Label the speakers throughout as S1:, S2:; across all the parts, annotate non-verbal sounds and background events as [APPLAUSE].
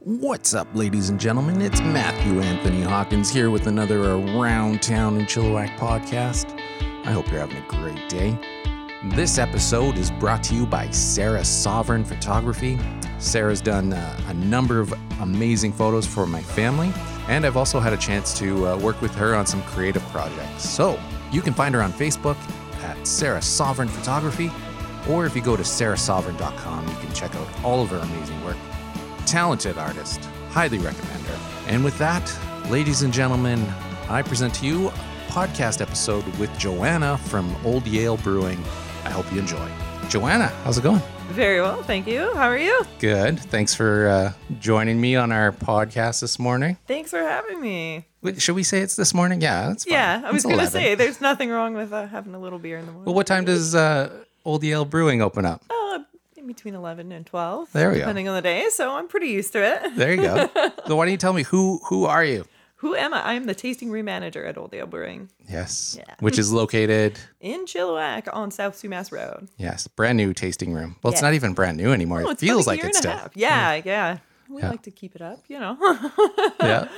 S1: What's up, ladies and gentlemen? It's Matthew Anthony Hawkins here with another Around Town in Chilliwack podcast. I hope you're having a great day. This episode is brought to you by Sarah Sovereign Photography. Sarah's done uh, a number of amazing photos for my family, and I've also had a chance to uh, work with her on some creative projects. So you can find her on Facebook at Sarah Sovereign Photography, or if you go to sarahsovereign.com, you can check out all of her amazing work. Talented artist, highly recommend her. And with that, ladies and gentlemen, I present to you a podcast episode with Joanna from Old Yale Brewing. I hope you enjoy. Joanna, how's it going?
S2: Very well, thank you. How are you?
S1: Good. Thanks for uh, joining me on our podcast this morning.
S2: Thanks for having me.
S1: Wait, Should we say it's this morning? Yeah, that's fine.
S2: Yeah, I
S1: It's
S2: was going to
S1: 11.
S2: say there's nothing wrong with uh, having a little beer in the morning.
S1: Well, what time does uh, Old Yale Brewing open up?
S2: Uh, in between 11 and 12.
S1: There we go.
S2: Depending on the day, so I'm pretty used to it. [LAUGHS]
S1: There you go. so why don't you tell me who who are you?
S2: Who am I? I am the tasting room manager at Old Dale Brewing
S1: Yes. Which is located.
S2: in Chilliwack on South Sumas Road.
S1: Yes, brand new tasting room. Well, it's
S2: Yeah.
S1: not even brand new anymore.
S2: Oh,
S1: it
S2: it's been
S1: feels
S2: a
S1: like
S2: year
S1: it's
S2: and a
S1: still.
S2: half. Yeah, yeah. We like to keep it up, you know. [LAUGHS]
S1: yeah.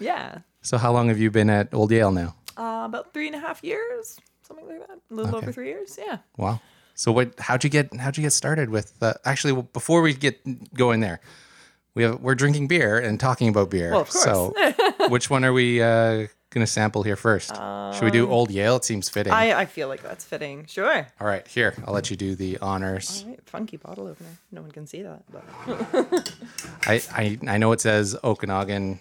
S2: yeah.
S1: [LAUGHS] So how long have you been at Old Yale now?
S2: Uh, about three and a half years, something like that. A little over three years. Yeah.
S1: Wow. So what? How'd you get? How'd you get started with? Uh, actually, well, before we get going there, we have we're drinking beer and talking about beer.
S2: Well, of course. [LAUGHS]
S1: So which one are we uh, gonna sample here first? Should we do Old Yale? It seems fitting.
S2: Um, I, I feel like that's fitting. Sure.
S1: All right, here I'll let you do the honors.
S2: All right, funky bottle opener. No one can see that, but
S1: I, I I know it says Okanagan,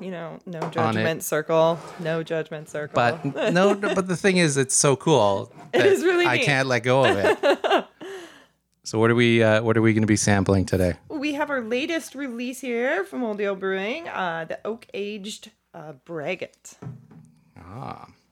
S2: you know, no judgment
S1: it.
S2: circle, no judgment circle.
S1: but no. But the thing is, it's so
S2: [LAUGHS]
S1: cool. that
S2: is really
S1: I
S2: neat.
S1: can't let go of it.
S2: [LAUGHS]
S1: so what are we? Uh, what are we gonna be sampling today?
S2: we have our latest release here from Old Dale Brewing, uh, the oak aged uh, braggot.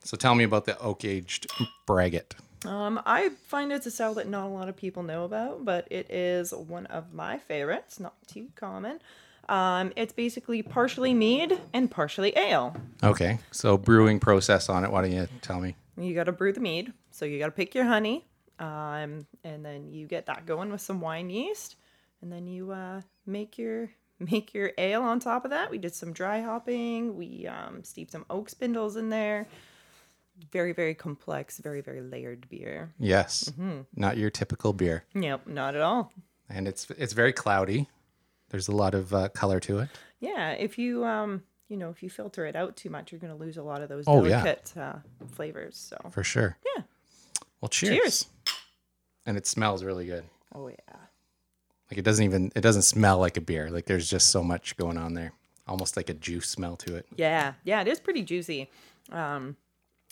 S1: So tell me about the oak aged braggot.
S2: Um, I find it's a style that not a lot of people know about, but it is one of my favorites. Not too common. Um, it's basically partially mead and partially ale.
S1: Okay. So brewing process on it. Why don't you tell me?
S2: You got to brew the mead. So you got to pick your honey, um, and then you get that going with some wine yeast, and then you uh, make your make your ale on top of that. We did some dry hopping. We um, steeped some oak spindles in there. Very very complex, very very layered beer.
S1: Yes.
S2: Mm-hmm.
S1: Not your typical beer.
S2: Nope, not at all.
S1: And it's it's very cloudy. There's a lot of uh, color to it.
S2: Yeah, if you um you know if you filter it out too much, you're gonna lose a lot of those
S1: Oh, yeah.
S2: delicate uh, flavors. So
S1: For sure.
S2: Yeah.
S1: Well, cheers.
S2: Cheers.
S1: And it smells really good.
S2: oh yeah,
S1: Like it doesn't even it doesn't smell like a beer. Like there's just so much going on there. Almost like a juice smell to it.
S2: Yeah, yeah, it is pretty juicy. Um, I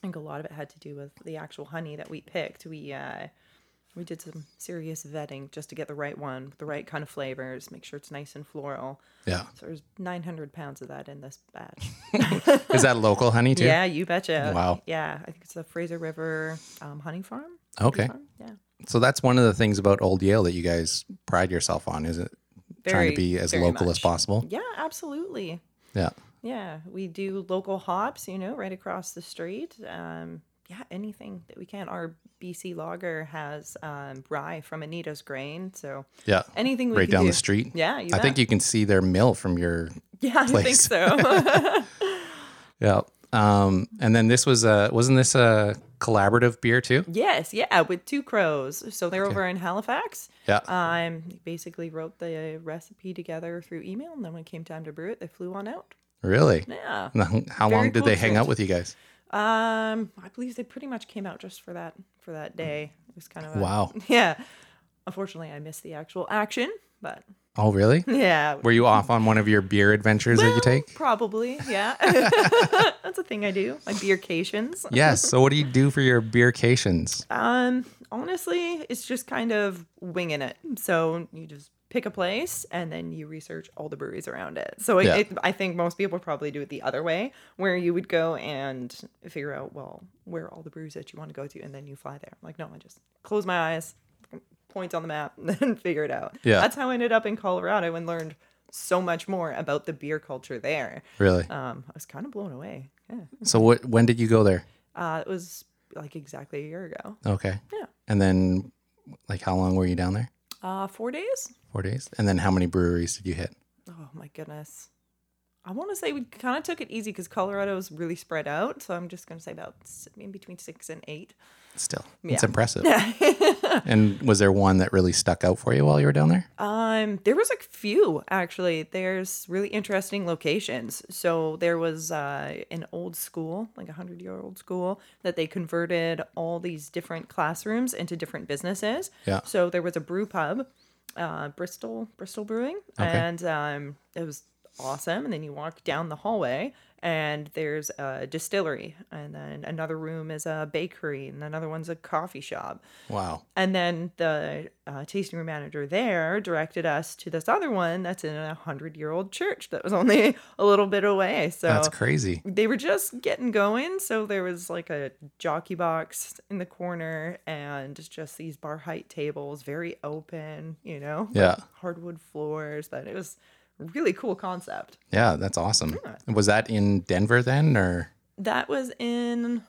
S2: think a lot of it had to do with the actual honey that we picked. We uh, we did some serious vetting just to get the right one, with the right kind of flavors, make sure it's nice and floral.
S1: Yeah.
S2: So there's 900 pounds of that in this
S1: [LAUGHS]
S2: batch.
S1: Is that local honey too?
S2: yeah, you betcha.
S1: Wow.
S2: Yeah, I think it's the Fraser River um, Honey Farm.
S1: Okay.
S2: Farm? Yeah.
S1: So that's one of the things about Old Yale that you guys pride yourself on, is it? Trying
S2: Very-
S1: to be as
S2: very
S1: local as
S2: much.
S1: possible.
S2: Yeah, absolutely.
S1: Yeah.
S2: Yeah, we do local hops, you know, right across the street. Um, yeah, anything that we can. Our BC Lager has um, rye from Anita's Grain, so
S1: Yeah.
S2: anything we
S1: right
S2: can
S1: down the
S2: do-
S1: street.
S2: Yeah, you
S1: I think
S2: [LAUGHS] bet.
S1: you can see their mill from your
S2: Yeah, I think
S1: place. [LAUGHS]
S2: so.
S1: yeah. Um, and then this was a wasn't this a collaborative beer too?
S2: yes, yeah, with Two Crows. So they're over in Halifax.
S1: Yeah.
S2: Um, basically wrote the recipe together through email, and then when it came time to brew it, they flew on out.
S1: really?
S2: Yeah.
S1: And how- How
S2: Very
S1: long did they
S2: cool
S1: hang
S2: trip.
S1: out with you guys?
S2: Um, I believe they pretty much came out just for that for
S1: Mm.
S2: that day. It was kind of a-
S1: Wow.
S2: [LAUGHS] Yeah. Unfortunately, I missed the actual action, but [LAUGHS]
S1: Oh, really?
S2: yeah.
S1: Were you off on one of your beer adventures that you
S2: Well,
S1: take?
S2: Probably, yeah. [LAUGHS] That's a thing I do. My beercations.
S1: Yes. So what do you do for your beercations?
S2: Um, honestly, it's just kind of winging it. So you just pick a place and then you research all the breweries around it. So it,
S1: Yeah.
S2: it, I think most people probably do it the other way, where you would go and figure out, well, where are all the breweries that you want to go to, and then you fly there. Like, no, I just close my eyes, point on the map, [LAUGHS] and then figure it out.
S1: Yeah.
S2: That's how I ended up in Colorado and learned so much more about the beer culture there. [LAUGHS]
S1: Really?
S2: Um, I was kind of blown away. Yeah.
S1: So what? When did you go there?
S2: Uh, it was like exactly a year ago.
S1: Okay.
S2: Yeah.
S1: And then, like, how long were you down there?
S2: Uh, four days?
S1: Four days. And then, how many breweries did you hit?
S2: Oh, goodness. I want to say we kind of took it easy because Colorado's really spread out. So I'm just going to say about s- in between six and eight. [LAUGHS]
S1: Still, it's
S2: Yeah.
S1: impressive. and was there one that really stuck out for you while you were down there?
S2: Um, there was a few actually. There's really interesting locations. So there was uh, an old school, like a hundred year old school, that they converted all these different classrooms into different businesses.
S1: Yeah.
S2: So there was a brew pub, uh, Bristol Bristol Brewing,
S1: Okay.
S2: and um, it was awesome. And then you walk down the hallway, and there's a distillery, and then another room is a bakery, and another one's a coffee shop.
S1: Wow.
S2: And then the uh, tasting room manager there directed us to this other one that's in a hundred year old church that was only [LAUGHS] a little bit away. So
S1: That's crazy.
S2: they were just getting going. So there was like a jockey box in the corner and just these bar height tables, very open, you know,
S1: Yeah.
S2: hardwood floors. But it was a really cool concept.
S1: Yeah, that's awesome. Was that in Denver then or
S2: That was in,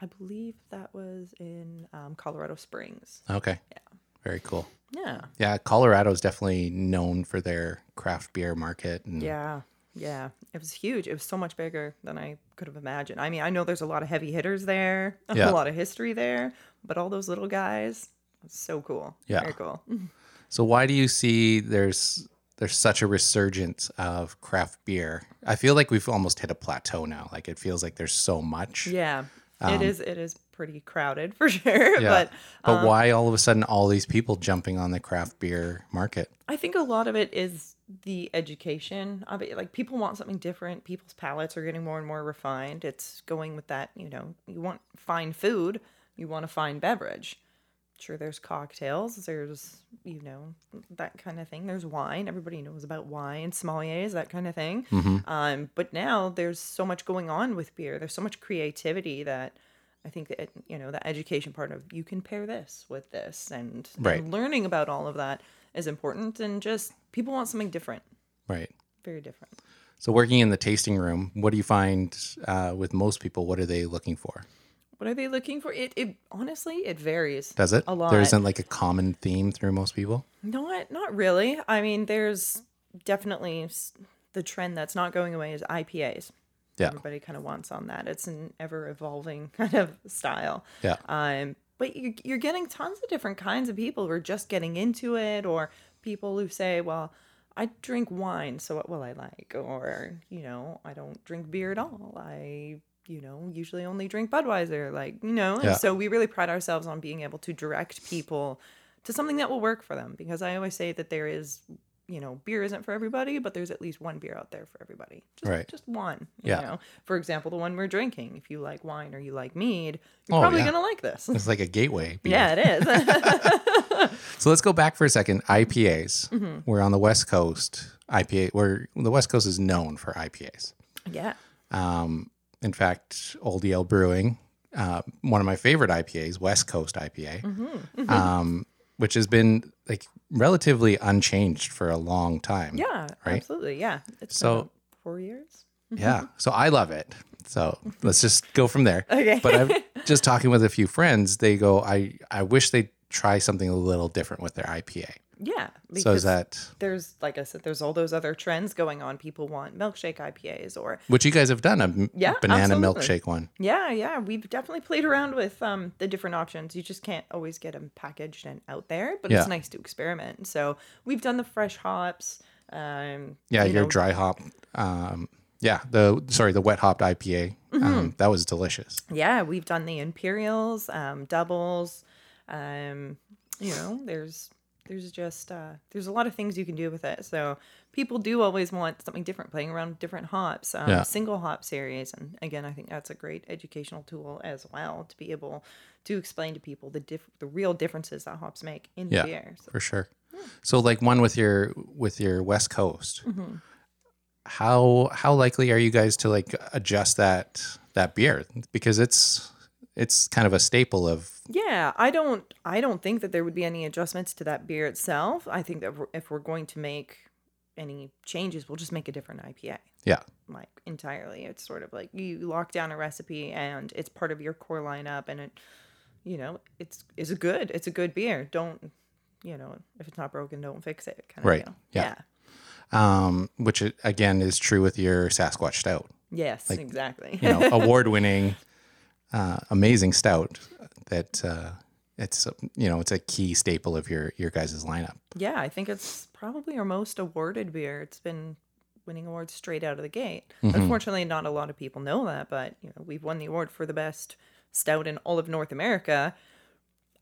S2: I believe that was in um, Colorado Springs.
S1: Okay. Yeah. Very cool.
S2: Yeah.
S1: Yeah, Colorado's definitely known for their craft beer market and
S2: Yeah. Yeah. It was huge. It was so much bigger than I could have imagined. I mean, I know there's a lot of heavy hitters there, [LAUGHS]
S1: Yeah.
S2: a lot of history there, but all those little guys, it's so cool.
S1: Yeah.
S2: Very cool. [LAUGHS]
S1: So why do you see there's there's such a resurgence of craft beer? I feel like we've almost hit a plateau now. Like it feels like there's so much.
S2: Yeah. it is it is pretty crowded [LAUGHS] for sure,
S1: Um, Yeah.
S2: but
S1: But why all of a sudden all these people jumping on the craft beer market?
S2: I think a lot of it is the education of it. Like people want something different. People's palates are getting more and more refined. It's going with that, you know, you want fine food, you want a fine beverage. Sure, there's cocktails, there's, you know, that kind of thing. There's wine. Everybody knows about wine, sommeliers, that kind of thing.
S1: Mm-hmm.
S2: Um, but now there's so much going on with beer. There's so much creativity that I think that, you know, the education part of you can pair this with this and, and
S1: Right.
S2: learning about all of that is important and just people want something different
S1: Right.
S2: very different
S1: So working in the tasting room, what do you find uh, with most people? What are they looking for?
S2: what are they looking for it, it honestly it varies
S1: Does it?
S2: a lot
S1: There isn't like a common theme through most people.
S2: not not really i mean there's definitely s- the trend that's not going away is ipas
S1: Yeah.
S2: everybody kind of wants on that it's an ever evolving [LAUGHS] kind of style
S1: Yeah.
S2: Um, but you're, you're getting tons of different kinds of people who are just getting into it, or people who say, well, I drink wine, so what will I like? Or, you know, I don't drink beer at all. I, you know, usually only drink Budweiser. Like, you know, and
S1: Yeah.
S2: so we really pride ourselves on being able to direct people to something that will work for them because I always say that there is. You know, beer isn't for everybody, but there's at least one beer out there for everybody. Just,
S1: Right.
S2: just one. You
S1: Yeah.
S2: Know? For example, the one we're drinking. If you like wine or you like mead, you're
S1: Oh,
S2: probably
S1: yeah.
S2: gonna like this. [LAUGHS]
S1: It's like a gateway. beer.
S2: Yeah,
S1: [LAUGHS]
S2: it is. [LAUGHS]
S1: So let's go back for a second. IPAs.
S2: Mm-hmm.
S1: We're on the West Coast. IPA. Where the West Coast is known for IPAs.
S2: yeah.
S1: Um, in fact, Old Yale Brewing, uh, one of my favorite IPAs, West Coast IPA,
S2: Mm-hmm,
S1: um, which has been like relatively unchanged for a long time.
S2: Yeah.
S1: Right?
S2: Absolutely. Yeah. It's
S1: So-
S2: so four years.
S1: Yeah. So I love it. So let's just go from there.
S2: Mm-hmm. Okay.
S1: But
S2: [LAUGHS]
S1: I'm just talking with a few friends. They go, I, I wish they try something a little different with their IPA.
S2: Yeah.
S1: so is that
S2: there's like I said, there's all those other trends going on. People want milkshake IPAs or
S1: which you guys have done a m-
S2: Yeah,
S1: banana
S2: absolutely.
S1: milkshake one.
S2: yeah, yeah. We've definitely played around with um the different options. You just can't always get them packaged and out there, but
S1: Yeah.
S2: it's nice to experiment. So we've done the fresh hops. Um,
S1: Yeah,
S2: you
S1: your
S2: know,
S1: dry hop. Um, yeah, the sorry, the wet hopped IPA.
S2: Mm-hmm.
S1: Um, that was delicious.
S2: yeah, we've done the Imperials, um, doubles. Um, you know, there's there's just uh, there's a lot of things you can do with it. So people do always want something different, playing around with different hops, um,
S1: Yeah.
S2: single hop series, and again, I think that's a great educational tool as well to be able to explain to people the diff- the real differences that hops make in
S1: Yeah.
S2: the beer. So,
S1: for sure. So like one with your with your West Coast.
S2: mm-hmm.
S1: How how likely are you guys to like adjust that that beer because it's it's kind of a staple of
S2: yeah, I don't I don't think that there would be any adjustments to that beer itself. I think that we're- if we're going to make any changes, we'll just make a different IPA.
S1: yeah
S2: like entirely. It's sort of like you lock down a recipe and it's part of your core lineup and it you know, it's is a good. It's a good beer. Don't you know, if it's not broken, don't fix it kind of
S1: Right.
S2: deal.
S1: Yeah. um, which it- again is true with your Sasquatch Stout.
S2: Yes, exactly.
S1: You
S2: [LAUGHS]
S1: know, award-winning, uh, amazing stout that uh, it's uh, you know it's a key staple of your your guys' lineup.
S2: Yeah, I think it's probably our most awarded beer. It's been winning awards straight out of the gate.
S1: Mm-hmm.
S2: Unfortunately, not a lot of people know that, but you know, we've won the award for the best stout in all of North America.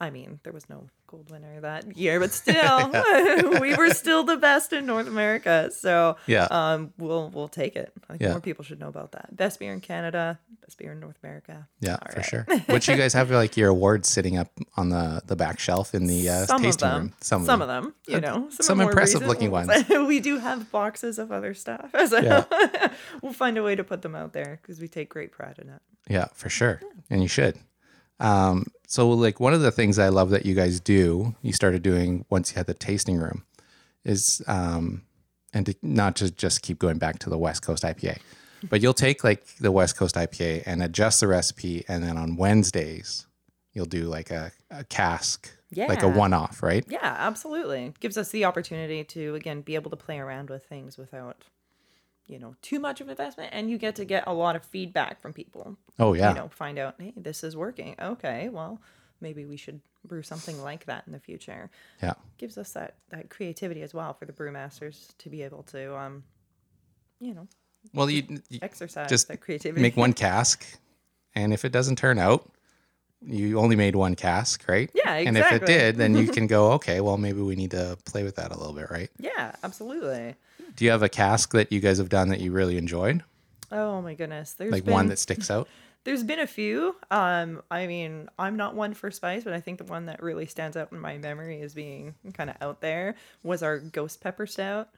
S2: I mean, there was no gold winner that year,
S1: [LAUGHS]
S2: but still, [LAUGHS] we were still the best in North America. So,
S1: Yeah.
S2: um, we'll we'll take it. I think
S1: Yeah.
S2: more people should know about that. Best beer in Canada, best beer in North America.
S1: Yeah,
S2: All
S1: for
S2: right. [LAUGHS]
S1: sure. What you guys have like your awards sitting up on the the back shelf in the uh,
S2: some of
S1: tasting
S2: them,
S1: room. Some, of them.
S2: you know, are
S1: some
S2: more
S1: impressive
S2: recent
S1: looking
S2: [LAUGHS] we do have boxes of other stuff, [LAUGHS] so [LAUGHS] we'll find a way to put them out there because we take great pride in it.
S1: Yeah, for sure. And you should. Um, so like one of the things I love that you guys do, you started doing once you had the tasting room, is um, and to not to just keep going back to the West Coast IPA, but you'll take like the West Coast IPA and adjust the recipe, and then on Wednesdays you'll do like a, a cask, like a
S2: Yeah.
S1: one-off, right?
S2: Yeah, absolutely. Gives us the opportunity to again be able to play around with things without, you know, too much of investment, and you get to get a lot of feedback from people.
S1: Oh yeah,
S2: You know, find out, hey, this is working. Okay, well, maybe we should brew something like that in the future.
S1: yeah,
S2: gives us that that creativity as well for the brewmasters to be able to um you know
S1: Well, you, you
S2: exercise
S1: Just
S2: that creativity
S1: make one cask, and if it doesn't turn out, you only made one cask, right?
S2: Yeah,
S1: And if it
S2: exactly.
S1: did, then
S2: [LAUGHS]
S1: you can go, okay, well, maybe we need to play with that a little bit, right?
S2: yeah absolutely
S1: Do you have a cask that you guys have done that you really enjoyed?
S2: oh my goodness there's
S1: Like
S2: been,
S1: one that sticks out?
S2: there's been a few um i mean i'm not one for spice but i think the one that really stands out in my memory as being kind of out there was our ghost pepper stout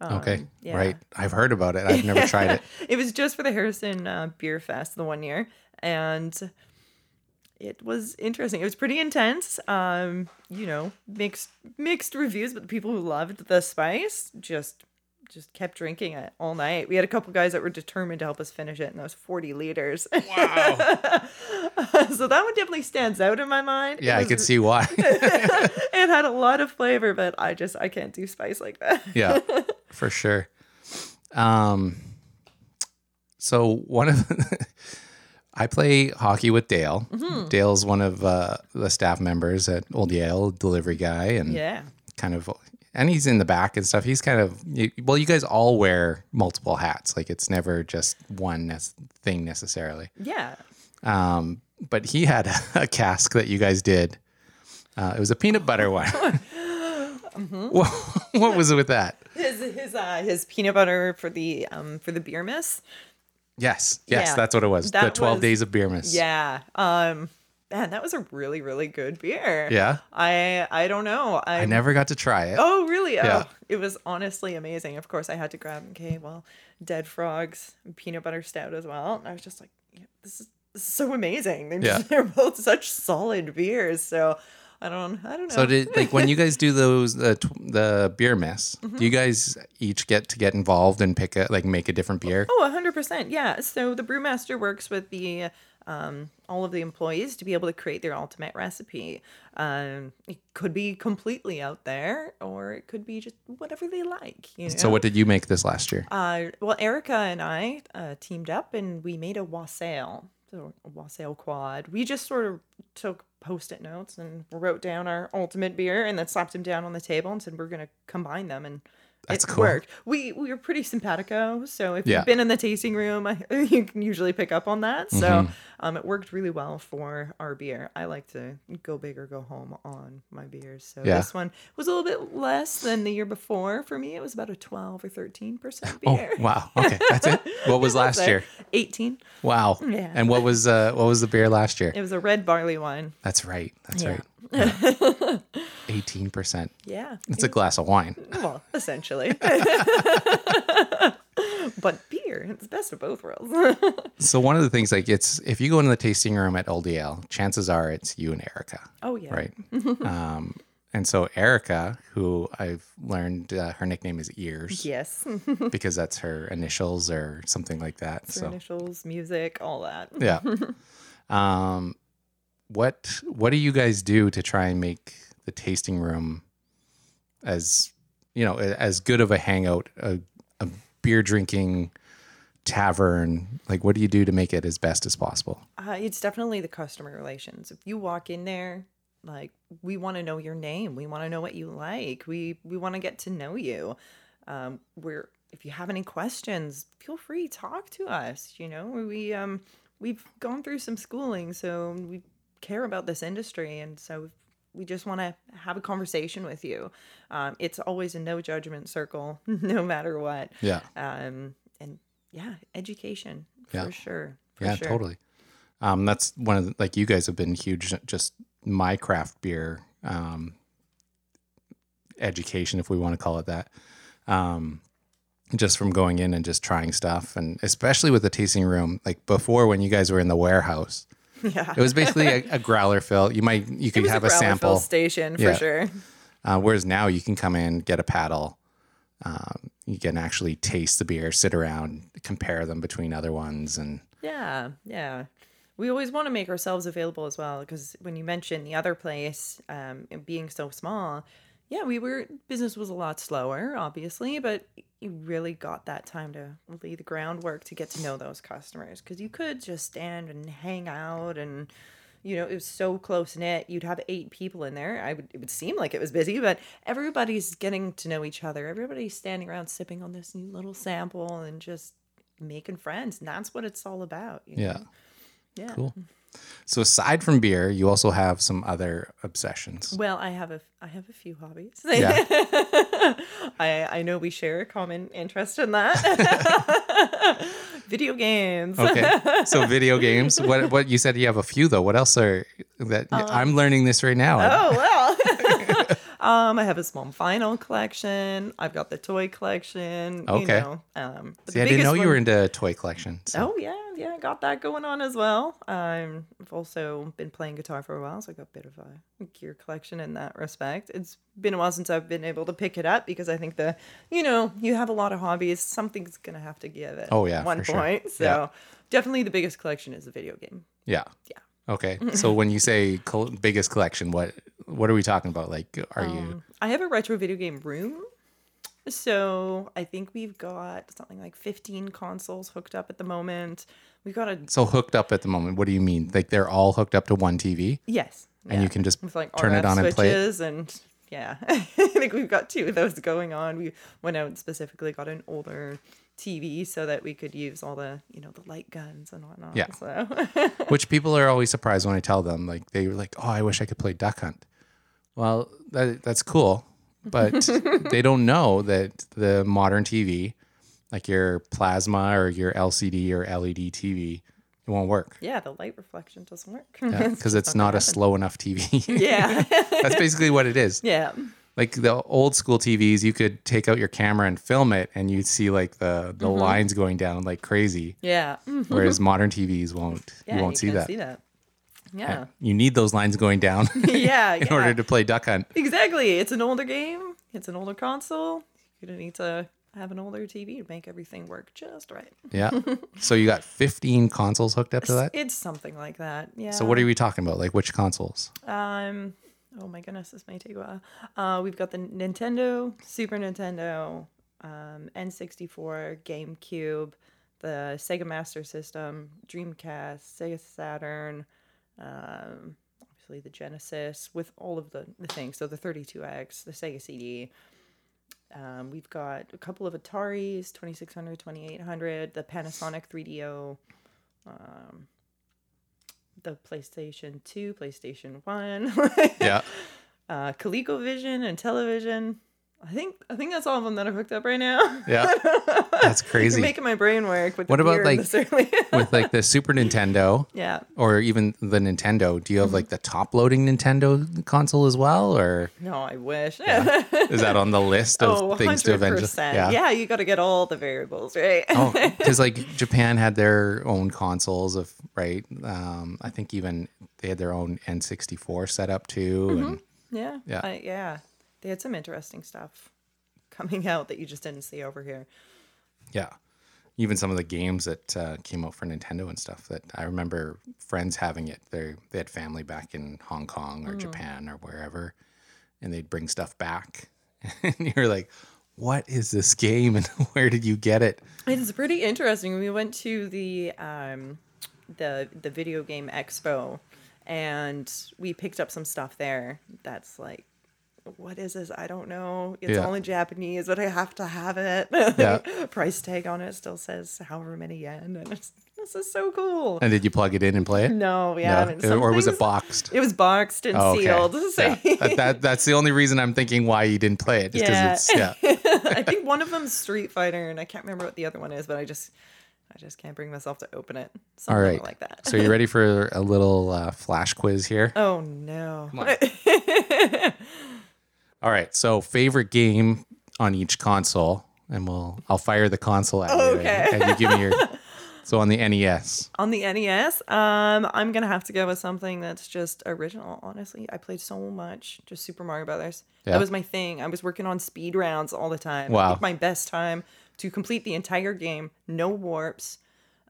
S1: okay,
S2: Um, yeah.
S1: right. I've heard about it. I've
S2: [LAUGHS]
S1: never tried it.
S2: it was just for the Harrison uh, Beer Fest the one year, and it was interesting. It was pretty intense. Um, you know, mixed mixed reviews, but the people who loved the spice just just kept drinking it all night. We had a couple guys that were determined to help us finish it, and that was forty liters.
S1: Wow.
S2: [LAUGHS] so that one definitely stands out in my mind. It
S1: Yeah, I
S2: was-
S1: could see
S2: [LAUGHS]
S1: why. [LAUGHS]
S2: it had a lot of flavor, but I just I can't do spice like that.
S1: yeah, for sure. Um, so one of [LAUGHS] I play hockey with Dale.
S2: Mm-hmm.
S1: Dale's one of uh, the staff members at Old Yale, delivery guy, and
S2: Yeah.
S1: kind of, and he's in the back and stuff. He's kind of you- well, you guys all wear multiple hats. Like it's never just one nes- thing necessarily.
S2: Yeah.
S1: Um, but he had [LAUGHS] a, cask that you guys did. Uh, it was a peanut butter one.
S2: [LAUGHS]
S1: what, what was it with that?
S2: his his uh, his peanut butter for the um for the beer miss.
S1: Yes, yes,
S2: Yeah,
S1: that's what it was. The
S2: that
S1: 12
S2: was-
S1: Days of Beer Miss.
S2: Yeah. Um man, that was a really really good beer.
S1: Yeah?
S2: I I don't know. I,
S1: I never got to try it.
S2: Oh, really? Oh,
S1: Yeah.
S2: it was honestly amazing. Of course, I had to grab okay, well, dead frogs, and peanut butter stout as well. And I was just like, yeah, this is this is so amazing. They're,
S1: Yeah.
S2: [LAUGHS] they're both such solid beers. So I don't I don't know.
S1: So did like when you guys do those the tw- the beer miss,
S2: Mm-hmm.
S1: do you guys each get to get involved and pick a like make a different beer?
S2: Oh, 100%. Yeah. So the brewmaster works with the um, all of the employees to be able to create their ultimate recipe. Um, it could be completely out there or it could be just whatever they like, you know.
S1: So what did you make this last year?
S2: uh, well, Erica and I uh, teamed up and we made a wassail, so a wassail quad. We just sort of took post-it notes and wrote down our ultimate beer and then slapped them down on the table and said we're going to combine them and
S1: That's
S2: it
S1: cool.
S2: worked. We we were pretty simpatico, so if
S1: Yeah.
S2: you've been in the tasting room, I, [LAUGHS] you can usually pick up on that. So
S1: Mm-hmm.
S2: um, it worked really well for our beer. I like to go big or go home on my beers. So
S1: Yeah.
S2: this one was a little bit less than the year before for me. It was about a twelve or thirteen percent
S1: Oh
S2: beer.
S1: wow. Okay, that's it. What
S2: [LAUGHS]
S1: was [LAUGHS] last
S2: So,
S1: year?
S2: 18.
S1: Wow.
S2: Yeah.
S1: And what was uh what was the beer last year?
S2: It was a red barley wine.
S1: That's right. That's
S2: Yeah.
S1: right.
S2: [LAUGHS]
S1: Eighteen percent. [LAUGHS]
S2: Yeah.
S1: It's a glass of wine.
S2: well, essentially. [LAUGHS] but beer, it's the best of both worlds. [LAUGHS]
S1: So one of the things like it's if you go into the tasting room at LDL, chances are it's you and Erica.
S2: oh yeah.
S1: right?
S2: [LAUGHS]
S1: um, and so Erica, who I've learned uh, her nickname is
S2: [LAUGHS]
S1: Ears
S2: Yes.
S1: because that's her initials or something like that.
S2: Your
S1: So
S2: [LAUGHS] initials, music, all that.
S1: yeah. Um, what what do you guys do to try and make the tasting room as you know, a- as good of a hangout, a, a beer drinking tavern. Like, what do you do to make it as best as possible?
S2: Uh, it's definitely the customer relations. If you walk in there, like we want to know your name, we want to know what you like, we we want to get to know you. Um, we're if you have any questions, feel free talk to us. You know we um we've gone through some schooling, so we care about this industry, and so we just want to have a conversation with you. Um, it's always a no judgment circle, [LAUGHS] no matter what.
S1: Yeah.
S2: Um, and yeah, education for
S1: Yeah.
S2: sure. For
S1: yeah,
S2: sure.
S1: totally. Um, that's one of the, like you guys have been huge. Just my craft beer um, education, if we want to call it that. Um, just from going in and just trying stuff, and especially with the tasting room. Like before, when you guys were in the warehouse,
S2: [LAUGHS] Yeah.
S1: it was basically a, a growler fill. You might you
S2: It
S1: could
S2: was
S1: have
S2: a,
S1: a
S2: Growlerville
S1: sample.
S2: station for
S1: Yeah.
S2: sure.
S1: Uh, whereas now you can come in, get a paddle, um, you can actually taste the beer, sit around, compare them between other ones, and
S2: Yeah, yeah. We always want to make ourselves available as well because when you mentioned the other place um, it being so small, yeah, we were business was a lot slower, obviously, but you really got that time to lay the groundwork to get to know those customers because you could just stand and hang out and you know it was so close knit you'd have eight people in there i would it would seem like it was busy but everybody's getting to know each other everybody's standing around sipping on this little sample and just making friends and that's what it's all about you
S1: yeah.
S2: know? yeah
S1: Cool. So aside from beer, you also have some other obsessions.
S2: well i have a i have a few hobbies
S1: Yeah.
S2: [LAUGHS] i i know we share a common interest in that [LAUGHS] video games
S1: Okay.
S2: [LAUGHS]
S1: So video games. What what you said you have a few though. What else are that I'm learning this right now.
S2: Uh, Oh well. [LAUGHS] um, I have a small vinyl collection. I've got the toy collection. You
S1: Okay.
S2: know, um, but
S1: See,
S2: the
S1: I didn't
S2: biggest
S1: know you were
S2: one-
S1: into toy collection. So
S2: Oh yeah, yeah, got that going on as well. Um, I've also been playing guitar for a while, so I got a bit of a gear collection in that respect. It's been a while since I've been able to pick it up because I think the, you know, you have a lot of hobbies, something's gonna have to give at
S1: Oh, yeah,
S2: one
S1: for sure.
S2: point. So
S1: Yeah.
S2: definitely the biggest collection is the video game.
S1: yeah. Yeah. Okay. So when you say col- biggest collection, what what are we talking about? Like, are you?
S2: Um, I have a retro video game room. So I think we've got something like 15 consoles hooked up at the moment. We've got a
S1: So hooked up at the moment. What do you mean? Like they're all hooked up to one TV,
S2: yes,
S1: and you can just
S2: with like
S1: turn
S2: RF
S1: it on and play it.
S2: switches and yeah, [LAUGHS] I think we've got two of those going on. We went out and specifically got an older TV so that we could use all the you know the light guns and whatnot.
S1: Yeah.
S2: So [LAUGHS]
S1: Which people are always surprised when I tell them, like they were like, "Oh, I wish I could play Duck Hunt." Well, that, that's cool,
S2: [LAUGHS]
S1: but they don't know that the modern TV, like your plasma or your LCD or E LED TV, it won't
S2: [LAUGHS]
S1: work
S2: yeah, the light reflection doesn't work.
S1: because it's not a slow enough TV.
S2: [LAUGHS] yeah,
S1: that's basically what it is.
S2: yeah,
S1: Like the old school TVs, you could take out your camera and film it, and you'd see like the
S2: Mm-hmm.
S1: the lines going down like crazy.
S2: yeah. Mm.
S1: Whereas modern TVs won't.
S2: Yeah,
S1: you won't see
S2: can't
S1: that.
S2: See that. Yeah,
S1: You need those lines going
S2: [LAUGHS]
S1: down. [LAUGHS]
S2: yeah.
S1: in order to play Duck Hunt.
S2: Exactly. It's an older game. It's an older console. You're gonna need to have an older TV to make everything work just right.
S1: Yeah.
S2: [LAUGHS]
S1: so you got 15 consoles hooked up to that.
S2: It's something like that. Yeah.
S1: So what are we talking about? Like which consoles?
S2: um oh my goodness, this may take a while. Uh we've got the Nintendo, Super Nintendo, um, N64, GameCube, the Sega Master System, Dreamcast, Sega Saturn, um obviously the Genesis with all of the, the things. So the 32X, the Sega CD, Um, we've got a couple of Ataris, 2600, 2800, the Panasonic 3DO, um, the PlayStation 2, PlayStation [LAUGHS] 1,
S1: Yeah.
S2: uh, ColecoVision and television. I think I think that's all of them that are hooked up right now. [LAUGHS]
S1: Yeah. That's
S2: You're
S1: crazy.
S2: making my brain work. With
S1: What
S2: the
S1: about,
S2: beer
S1: like,
S2: this
S1: [LAUGHS]
S2: early.
S1: With like the Super Nintendo
S2: [LAUGHS] yeah.
S1: or even the Nintendo, do you have like the top loading Nintendo console as well? Or
S2: No, I wish. [LAUGHS]
S1: is that on the list of
S2: oh,
S1: things to eventually?
S2: 100%. Yeah. you got to get all the variables right.
S1: Oh, because like Japan had their own consoles of right. Um, I think even they had their own N64 setup too,
S2: Mm-hmm.
S1: and
S2: [LAUGHS] Yeah.
S1: Yeah.
S2: I, yeah. They had some interesting stuff coming out that you just didn't see over here.
S1: Yeah. Even some of the games that uh, came out for Nintendo and stuff that I remember friends having it. They they
S2: Hmm.
S1: had family back [LAUGHS] in Hong Kong or Japan or wherever, and they'd bring stuff back and you're like, what is this game and [LAUGHS] where did you get it?
S2: It's pretty interesting. We went to the um, the the video game expo, and we picked up some stuff there. That's like, what is this? I don't know. It's
S1: Yeah.
S2: only Japanese, but I have to have it.
S1: Yeah.
S2: [LAUGHS] Price tag on it still says however many yen, and it's, this is so cool.
S1: And did you plug it in and play it?
S2: No, we
S1: No.
S2: haven't. Some
S1: Or was it
S2: things-
S1: boxed?
S2: It was boxed and
S1: Oh, okay.
S2: sealed. [LAUGHS]
S1: [LAUGHS]
S2: So
S1: Yeah. That- that- that's the only reason I'm thinking why you didn't play it. Just 'cause
S2: Yeah.
S1: It's, yeah.
S2: I think one of them's Street Fighter, and I can't remember what the other one is, but I just, I just can't bring myself to open it.
S1: All
S2: Something
S1: right.
S2: like that.
S1: so you ready for a little uh, flash quiz here?
S2: oh no!
S1: on. All right. So favorite game on each console, and we'll I'll fire the console at you,
S2: Okay.
S1: and, and you give
S2: [LAUGHS]
S1: me your. So on the E NES,
S2: [LAUGHS] On the NES, um, I'm gonna have to go with something that's just original. Honestly, I played so much, just Super Mario Brothers.
S1: Yeah.
S2: That was my thing. I was working on speed rounds all the time. I
S1: Wow.
S2: think my best time to complete the entire game, no warps,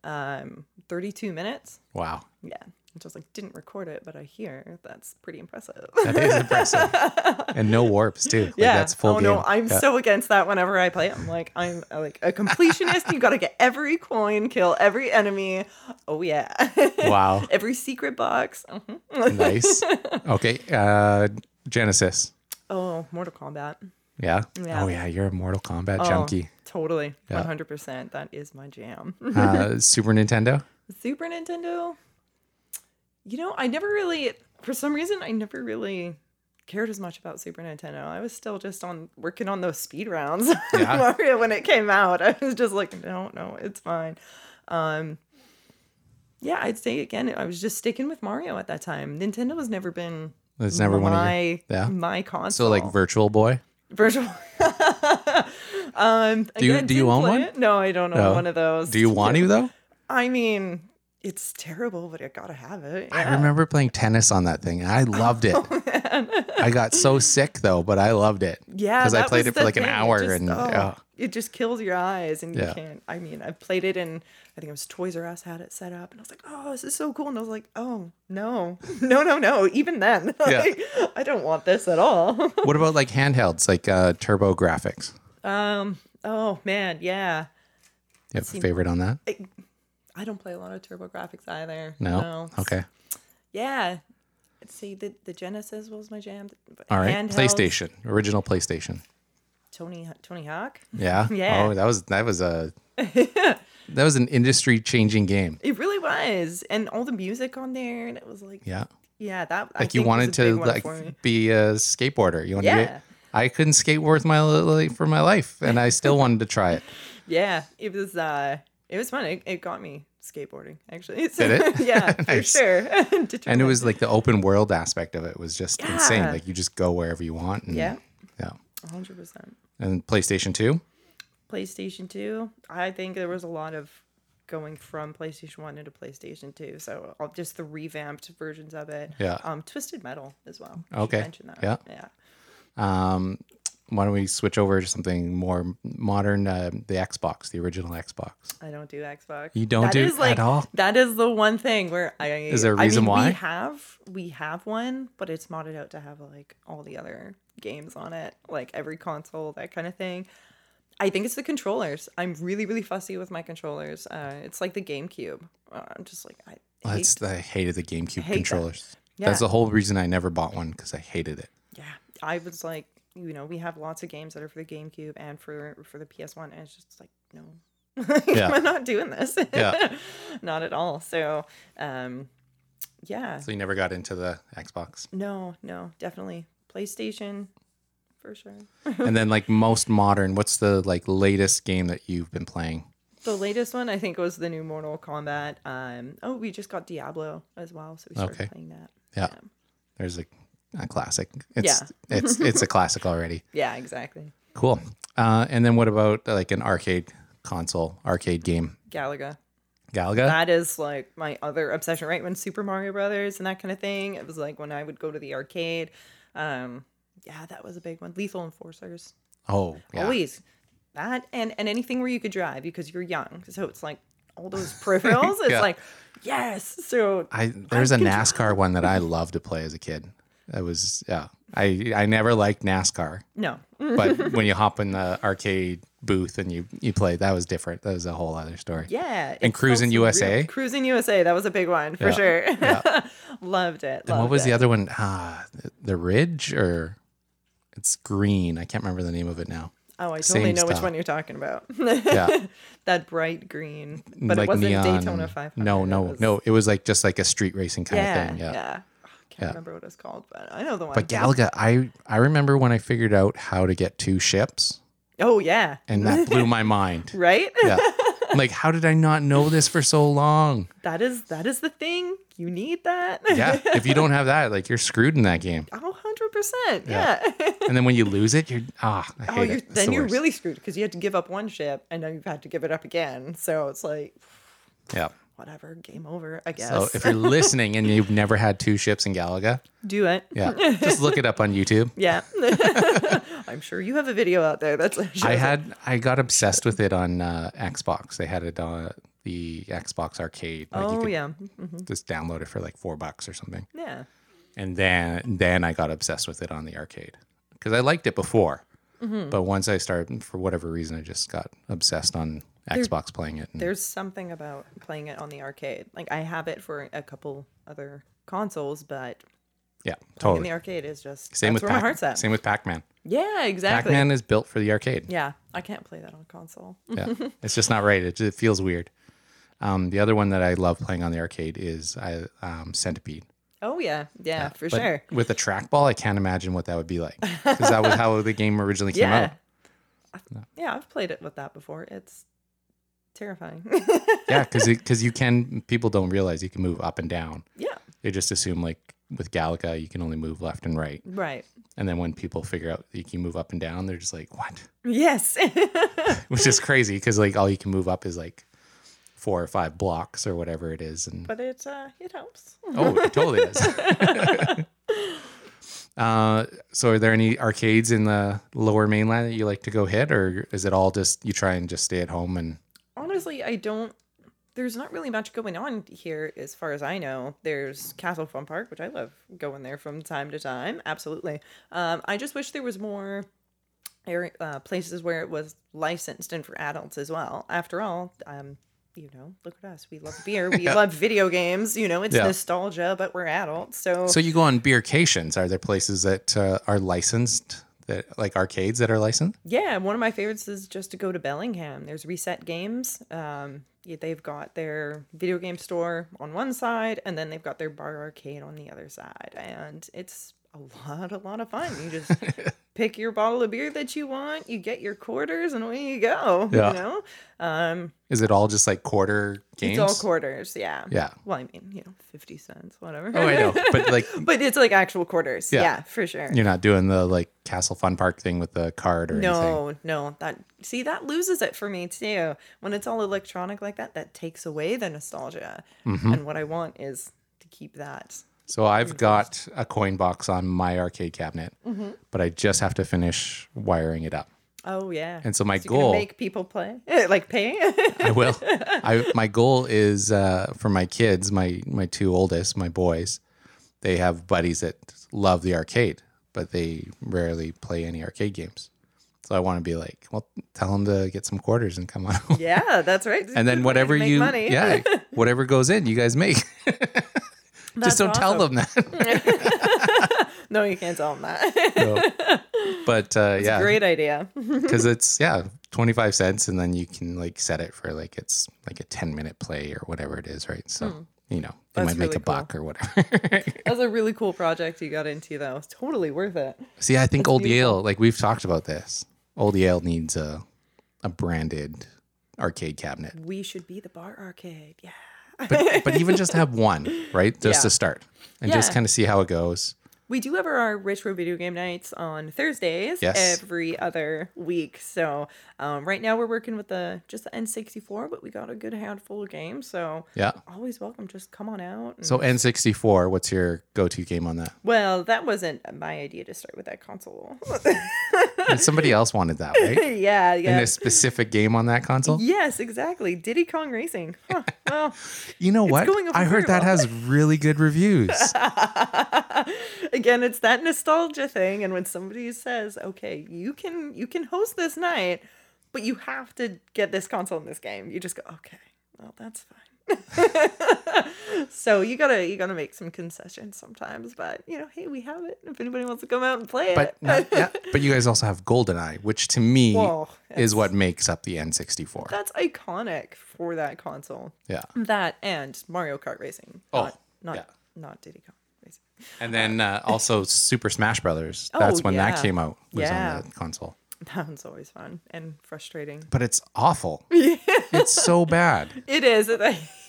S2: um, 32 minutes.
S1: wow,
S2: Yeah. I Just like didn't record it, but I hear that's pretty impressive.
S1: that is impressive, and no warps too. Like,
S2: [LAUGHS] yeah.
S1: that's full
S2: oh
S1: game.
S2: no, I'm
S1: Yeah.
S2: so against that. Whenever I play, it. I'm like, I'm uh, like a completionist. you got to get every coin, kill every enemy. Oh yeah. [LAUGHS]
S1: Wow.
S2: every secret box. Mhm.
S1: nice. Okay, uh, Genesis.
S2: Oh, Mortal Kombat.
S1: Yeah?
S2: Yeah.
S1: Oh yeah, you're a Mortal Kombat
S2: Oh, [LAUGHS]
S1: junkie.
S2: Totally.
S1: Yeah.
S2: 100%. That is my jam. [LAUGHS]
S1: Uh, Super Nintendo.
S2: Super Nintendo. You know, I never really, for some reason, I never really cared as much about Super Nintendo. I was still just on working on those speed rounds [LAUGHS] of
S1: Yeah.
S2: Mario when it came out. I was just like, no, no, it's fine. Um, yeah, I'd say again, I was just sticking with Mario at that time. Nintendo has never been
S1: That's never one of your.
S2: my
S1: Yeah.
S2: my console.
S1: So like Virtual Boy.
S2: virtual. [LAUGHS] um,
S1: Do you-
S2: again,
S1: do you
S2: didn't
S1: own
S2: play
S1: one?
S2: it. No, I don't own
S1: No.
S2: one of those.
S1: Do you want to though?
S2: I mean, it's terrible, but I gotta have it.
S1: I
S2: yeah. Oh,
S1: remember playing tennis on that thing. and I loved
S2: [LAUGHS]
S1: it. I got so sick though, but I loved it.
S2: Yeah,
S1: because I
S2: that
S1: played
S2: was
S1: it for
S2: the
S1: like an
S2: thing. It
S1: hour
S2: just-
S1: and
S2: oh,
S1: oh,
S2: it just kills your eyes and
S1: Yeah.
S2: you can't. I mean, I played it in I think it was Toys R Us had it set up, and I was like, oh, this is so cool, and I was like, oh no, [LAUGHS] no, no, no. Even then, [LAUGHS]
S1: Yeah.
S2: like, I don't want this at all. [LAUGHS]
S1: what about like handhelds, like uh, Turbo Graphics?
S2: um. Oh man, yeah.
S1: You have a favorite on that?
S2: I don't play a lot of Turbo Graphics either.
S1: No.
S2: no.
S1: Okay.
S2: Yeah. See, the, the Genesis was my jam. but
S1: All right.
S2: handhelds,
S1: PlayStation, original PlayStation.
S2: Tony Tony Hawk.
S1: Yeah.
S2: [LAUGHS] Yeah.
S1: Oh, that was that was
S2: [LAUGHS]
S1: a that was an industry changing game.
S2: It really was, and all the music on there, and it was like, yeah,
S1: Yeah.
S2: that I
S1: Like you
S2: think was a
S1: wanted to
S2: big one
S1: like
S2: for me.
S1: be a skateboarder. You wanted to
S2: Yeah.
S1: get, I couldn't skate worth my li- for my life, and I still wanted to try it.
S2: Yeah, it was. uh It was fun. It, it got me skateboarding actually. So,
S1: Did it? [LAUGHS]
S2: [LAUGHS] yeah, for
S1: Nice.
S2: sure.
S1: and it
S2: Determined.
S1: was like the open world aspect of it was just insane.
S2: Yeah.
S1: Like you just go wherever you want. And,
S2: Yeah.
S1: Yeah.
S2: hundred percent.
S1: And PlayStation Two.
S2: PlayStation Two. I think there was a lot of going from PlayStation One into PlayStation Two. So all- just the revamped versions of it.
S1: Yeah.
S2: Um, Twisted Metal as well. I should
S1: Okay.
S2: Mention that.
S1: Yeah.
S2: Yeah.
S1: Um, why don't we switch over to something more modern? Uh, the Xbox, the original Xbox.
S2: I don't do Xbox.
S1: You don't do
S2: is
S1: at
S2: like,
S1: all?
S2: That is the one thing where I
S1: Is there a reason
S2: I mean,
S1: why?
S2: we have we have one, but it's modded out to have like all the other games on it, like every console, that kind of thing. I think it's the controllers. I'm really really fussy with my controllers. Uh, it's like the GameCube. Uh, I'm just like I hate,
S1: That's I hated the GameCube
S2: that.
S1: controllers.
S2: Yeah.
S1: That's the whole reason I never bought one because I hated
S2: [LAUGHS]
S1: it.
S2: yeah. I was like, you know, we have lots of games that are for the GameCube and for for the PS1, and it's just like no. [LAUGHS]
S1: Yeah.
S2: I'm not doing this.
S1: Yeah.
S2: [LAUGHS] not at all. So, um, yeah.
S1: So you never got into the Xbox.
S2: No, no, definitely PlayStation for sure.
S1: and then like most modern, what's the like latest game that you've been playing?
S2: The latest one I think was the new Mortal Kombat. Um, oh, we just got Diablo as well, so we started
S1: Okay.
S2: playing that.
S1: Yeah.
S2: Yeah.
S1: There's like a classic. It's it's it's a classic already.
S2: Yeah, exactly.
S1: Cool. Uh, and then what about like an arcade console, arcade game?
S2: Galaga.
S1: Galaga?
S2: That is like my other obsession, right? When Super Mario Brothers and that kind of thing. It was like when I would go to the arcade. Um, yeah, that was a big one. Lethal Enforcers.
S1: Oh, yeah.
S2: always that and and anything where you could drive because you're young so it's like all those [LAUGHS] peripherals it's
S1: Yeah.
S2: like yes so
S1: I there's a NASCAR one that I loved to play as a kid. That was yeah. I I never liked NASCAR,
S2: No. Mm. [LAUGHS]
S1: but when you hop in the arcade booth and you you play, that was different. That was a whole other story.
S2: Yeah.
S1: And
S2: it
S1: Cruisin'
S2: felt real.
S1: USA?
S2: Cruisin' USA. That was a big one
S1: [LAUGHS]
S2: for
S1: Yeah.
S2: sure. [LAUGHS] loved it.
S1: And
S2: loved
S1: what was
S2: it.
S1: the other one? Ah, the- the Ridge or it's green. I can't remember the name of it
S2: [LAUGHS]
S1: now.
S2: Oh, I totally
S1: Same
S2: know which
S1: style.
S2: one you're talking about. [LAUGHS]
S1: Yeah.
S2: that bright green, but it
S1: Like
S2: wasn't
S1: neon
S2: Daytona
S1: and-
S2: 500.
S1: No,
S2: it
S1: no,
S2: was-
S1: no. It was like just like a street racing kind
S2: Yeah,
S1: of thing.
S2: yeah. Oh,
S1: Yeah.
S2: I can't
S1: Yeah.
S2: remember what it's called, but I know the one.
S1: But Galaga, I I remember when I figured out how to get two ships,
S2: oh yeah,
S1: and that blew
S2: [LAUGHS]
S1: my mind.
S2: right.
S1: Yeah. I'm like, how did I not know this for so long?
S2: [LAUGHS] That is that is the thing. You need that. [LAUGHS]
S1: Yeah. If you don't have that, like you're screwed in that game.
S2: Oh, 100%.
S1: Yeah.
S2: Yeah.
S1: And then when you lose it, you're ah, I hate
S2: oh, you're,
S1: it. It's
S2: then
S1: the
S2: you're
S1: worst.
S2: really screwed because you had to give up one ship and now you've had to give it up again. So it's like,
S1: yeah.
S2: whatever, game over, I guess.
S1: So if you're listening and you've never had two ships in Galaga,
S2: Do it.
S1: yeah, just look it up on YouTube.
S2: Yeah. [LAUGHS] I'm sure you have a video out there that's
S1: I had I got obsessed with it on uh, Xbox. They had it on the Xbox arcade. Like you
S2: Oh,
S1: could
S2: yeah.
S1: just download it for like four bucks or something.
S2: Yeah.
S1: And then then I got obsessed with it on the arcade because I liked it before,
S2: Mm-hmm.
S1: but once I started for whatever reason, I just got obsessed on Xbox playing it. And,
S2: There's something about playing it on the arcade. Like, I have it for a couple other consoles, but
S1: yeah,
S2: playing in
S1: totally.
S2: the arcade is just
S1: Same with
S2: that's where my
S1: Pac-
S2: heart's at.
S1: same with Pac Man.
S2: Yeah,
S1: Pac
S2: exactly.
S1: Man is built for the arcade.
S2: [LAUGHS] Yeah, I can't play that on console.
S1: yeah it's just not right it, it feels weird um, the other one that i love playing on the arcade is I, um, centipede
S2: Oh, yeah. Yeah, for
S1: But
S2: sure.
S1: with a trackball i can't imagine what that would be like because that was how the game originally came
S2: [LAUGHS] Yeah.
S1: out
S2: Yeah, I've played it with that before. It's terrifying. [LAUGHS]
S1: yeah because because you can people don't realize you can move up and down
S2: yeah,
S1: they just assume like with galaga you can only move left and right
S2: right.
S1: and then when people figure out that you can move up and down they're just like what [LAUGHS]
S2: Yes. [LAUGHS]
S1: which is crazy because like all you can move up is like four or five blocks or whatever it is and
S2: but it uh it helps.
S1: Oh, it totally
S2: [LAUGHS]
S1: is. [LAUGHS] uh, so, are there any arcades in the Lower Mainland that you like to go hit, or is it all just you try and just stay at home and
S2: Honestly, I don't there's not really much going on here as far as I know. There's Castle Fun Park, which I love going there from time to time. Absolutely. Um I just wish there was more area, uh, places where it was licensed and for adults as well. After all, um you know, look at us. We love beer. We love video games. You know, it's
S1: Yeah.
S2: nostalgia, but we're adults. So,
S1: so you go on beercations? Are there places that uh, are licensed that like arcades that are licensed?
S2: Yeah, one of my favorites is just to go to Bellingham. There's Reset Games. Um, yeah, they've got their video game store on one side, and then they've got their bar arcade on the other side, and it's a lot, a lot of fun. You
S1: [LAUGHS]
S2: just pick your bottle of beer that you want, you get your quarters, and away you go.
S1: Yeah.
S2: You know, um,
S1: Is it all just like quarter games?
S2: it's all quarters. Yeah.
S1: Yeah.
S2: Well, I mean, you know, fifty cents, whatever.
S1: Oh, I know, but like
S2: [LAUGHS] but it's like actual quarters.
S1: Yeah.
S2: Yeah, for sure.
S1: you're not doing the like Castle Fun Park thing with the card or anything.
S2: No, no, that see that loses it for me too. When it's all electronic like that, that takes away the nostalgia.
S1: Mm-hmm.
S2: And what I want is to keep that.
S1: So
S2: Mm-hmm.
S1: I've got a coin box on my arcade cabinet, but I just have to finish wiring it up.
S2: Oh yeah.
S1: And so my
S2: you're gonna
S1: goal-
S2: make people play [LAUGHS] like pay.
S1: [LAUGHS] I
S2: [LAUGHS]
S1: will. I my goal is uh, for my kids, my my two oldest, my boys. They have buddies that love the arcade, but they rarely play any arcade games. So I want to be like, well, tell them to get some quarters and come on. home.
S2: yeah, that's right.
S1: and
S2: [LAUGHS]
S1: then whatever
S2: Make
S1: you,
S2: money.
S1: yeah, whatever goes in, you guys
S2: [LAUGHS]
S1: make.
S2: That's
S1: Just don't tell
S2: awesome.
S1: them that.
S2: [LAUGHS] No, you can't tell them that. [LAUGHS]
S1: [LAUGHS] But uh, yeah,
S2: Great idea. [LAUGHS]
S1: because it's yeah, twenty five cents, and then you can like set it for like it's like a ten minute play or whatever it is, right? So you know, you
S2: Hmm. That's
S1: might make
S2: really
S1: a
S2: cool.
S1: buck or whatever. [LAUGHS]
S2: That's a really cool project you got into though. It's totally worth it.
S1: See, I think Old Yale, like we've talked about this. Old Yale needs a a branded arcade cabinet,
S2: We should be the bar arcade. Yeah. [LAUGHS]
S1: but but even just have one, right? Just
S2: Yeah.
S1: to start and just
S2: Yeah.
S1: kind of see how it goes.
S2: We do have our retro video game nights on Thursdays
S1: Yes.
S2: every other week. So um, right now we're working with the just the N64, but we got a good handful of games. So
S1: Yeah.
S2: always welcome. Just come on out. and-
S1: So N64, what's your go-to game on that?
S2: well, that wasn't my idea to start with that console.
S1: And somebody else wanted that, right?
S2: [LAUGHS] yeah,
S1: And
S2: yeah.
S1: a specific game on that console.
S2: Yes, exactly. Diddy Kong Racing.
S1: [LAUGHS]
S2: Huh. Well,
S1: You know what?
S2: going over
S1: I
S2: very
S1: heard that
S2: well. [LAUGHS]
S1: has really good reviews.
S2: again, it's that nostalgia thing. And when somebody says, "Okay, you can you can host this night, but you have to get this console in this game," you just go, "Okay, well that's fine." [LAUGHS] so you gotta you gotta make some concessions sometimes, but you know, hey, we have it. If anybody wants to come out and play
S1: But
S2: it,
S1: not, yeah, but you guys also have GoldenEye, which to me
S2: Whoa,
S1: is what makes up the N64.
S2: that's iconic for that console.
S1: Yeah.
S2: That and Mario Kart racing.
S1: Oh,
S2: not, not,
S1: yeah.
S2: not Diddy Kong racing. [LAUGHS]
S1: And then uh, also Super Smash Brothers. That's
S2: Oh,
S1: when that
S2: yeah.
S1: came out. Was
S2: Yeah.
S1: on the console.
S2: That one's always fun and frustrating.
S1: But it's
S2: [LAUGHS]
S1: awful. It's so bad.
S2: It is. [LAUGHS]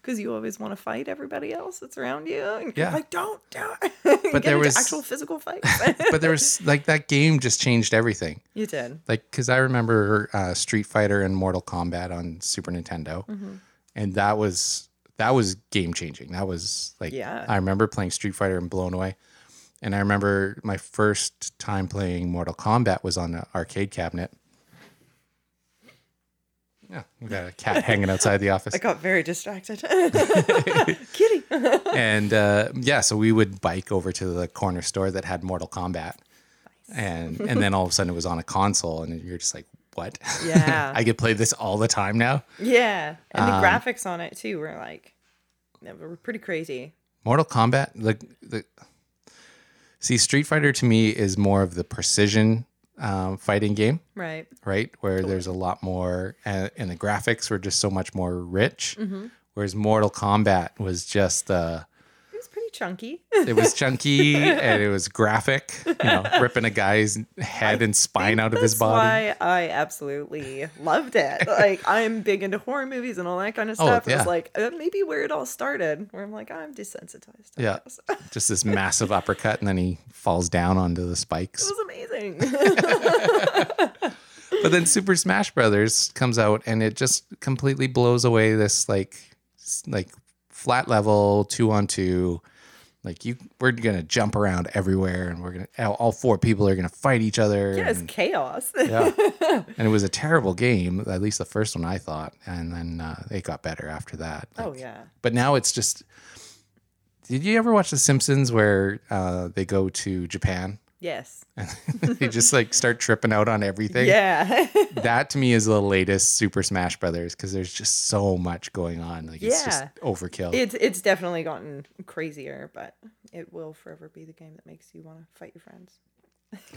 S2: Because you always want to fight everybody else that's around you. And you're
S1: Yeah.
S2: like, don't, don't. [LAUGHS] But
S1: there was-
S2: actual physical fight.
S1: But there was like that game just changed everything.
S2: [LAUGHS] you did.
S1: Like because I remember uh, Street Fighter and Mortal Kombat on Super Nintendo, and that was that was game changing. That was like
S2: Yeah.
S1: I remember playing Street Fighter and blown away. And I remember my first time playing Mortal Kombat was on an arcade cabinet. Yeah, we got a cat hanging outside the office.
S2: I got very [LAUGHS] distracted. Kitty.
S1: and uh, yeah, so we would bike over to the corner store that had Mortal Kombat, and and then all of a sudden it was on a console, and you're just like, what?
S2: Yeah.
S1: [LAUGHS] I could play this all the time now.
S2: yeah. And
S1: Um,
S2: the graphics on it, too, were like, they were pretty crazy.
S1: Mortal Kombat, the the see Street Fighter to me is more of the precision um, fighting game,
S2: Right.
S1: right? Where there's a lot more, uh, and the graphics were just so much more rich. Whereas Mortal Kombat was just uh,
S2: It was pretty chunky. [LAUGHS]
S1: It was chunky and it was graphic, you know, ripping a guy's head and spine out of his
S2: That's
S1: body.
S2: why I absolutely loved it. Like I'm big into horror movies and all that kind of stuff.
S1: Oh, yeah.
S2: It's like uh, maybe where it all started. Where I'm like I'm desensitized. to
S1: Yeah.
S2: this. it
S1: Just this massive uppercut and then he falls down onto the spikes. [LAUGHS]
S2: was amazing.
S1: But then Super Smash Brothers comes out and it just completely blows away this like s- like flat level 2 on 2 like you we're going to jump around everywhere and we're going to all four people are going to fight each other.
S2: yeah, it's
S1: and-
S2: chaos. [LAUGHS]
S1: yeah. and it was a terrible game, at least the first one I thought, and then uh, it got better after that.
S2: oh
S1: Like,
S2: yeah.
S1: But now it's just. Did you ever watch The Simpsons where uh, they go to Japan [LAUGHS]
S2: Yes.
S1: and they just like start tripping out on everything?
S2: Yeah. [LAUGHS]
S1: That to me is the latest Super Smash Brothers because there's just so much going on. Like it's just
S2: Yeah.
S1: overkill.
S2: it's it's definitely gotten crazier, but it will forever be the game that makes you want to fight your friends.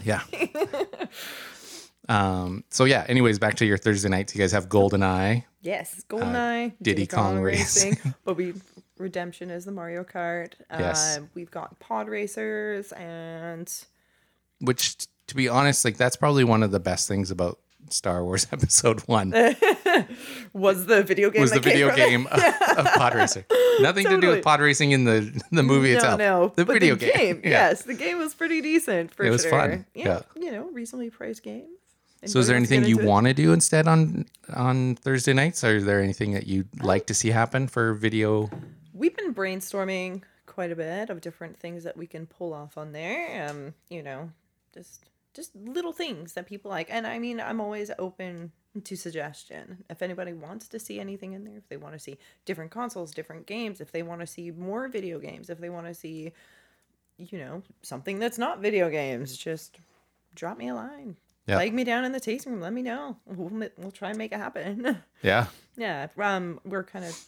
S1: yeah.
S2: [LAUGHS]
S1: um. So yeah. Anyways, back to your Thursday nights. You guys have GoldenEye.
S2: Yes, GoldenEye,
S1: Uh, Diddy Kong
S2: [LAUGHS]
S1: [LAUGHS]
S2: but we Redemption is the Mario Kart.
S1: Yes.
S2: Um, we've got Pod Racers and
S1: which t- to be honest like that's probably one of the best things about star wars [LAUGHS] episode
S2: [LAUGHS]
S1: one
S2: was the video game
S1: was the
S2: that came [LAUGHS]
S1: video
S2: from it.
S1: game of, of pod racing nothing to do
S2: Totally.
S1: with pod racing in the the movie
S2: No,
S1: itself
S2: no,
S1: the
S2: but
S1: video game, Yeah.
S2: Yes, the game was pretty decent for
S1: It was
S2: sure.
S1: fun, yeah.
S2: you know, reasonably priced games.
S1: so is there
S2: Anybody
S1: anything you
S2: wants
S1: want to do instead on on thursday nights or is there anything that you'd like to see happen for video
S2: to get into it? We've been brainstorming quite a bit of different things that we can pull off on there. Um, you know, just just little things that people like, and I mean, I'm always open to suggestion. If anybody wants to see anything in there, if they want to see different consoles, different games, if they want to see more video games, if they want to see you know, something that's not video games, just drop me a line.
S1: Yeah.
S2: Flag me down in the tasting room. Let me know. We'll, ma- we'll try and make it happen. [LAUGHS]
S1: yeah
S2: yeah. Um, we're kind of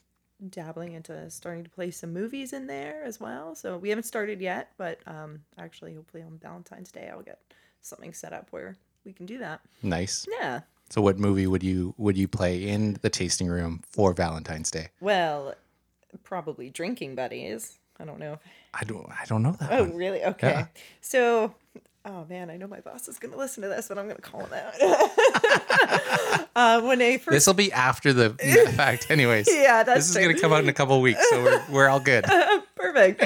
S2: dabbling into starting to play some movies in there as well. So we haven't started yet, but um, actually, hopefully on Valentine's Day, I'll get something set up where we can do that.
S1: nice
S2: Yeah.
S1: so what movie would you would you play in the tasting room for valentine's day
S2: Well, probably drinking buddies. I don't know if
S1: i don't i don't know that
S2: Oh,
S1: one.
S2: really? Okay.
S1: Yeah.
S2: So, oh man, I know my boss is going to listen to this, but I'm going to call him out. [LAUGHS] uh, when I first,
S1: This will be after
S2: [LAUGHS]
S1: the the fact, anyways.
S2: Yeah, that's
S1: this is
S2: true.
S1: gonna come out in a couple weeks, so we're, we're all
S2: [LAUGHS]
S1: good.
S2: perfect.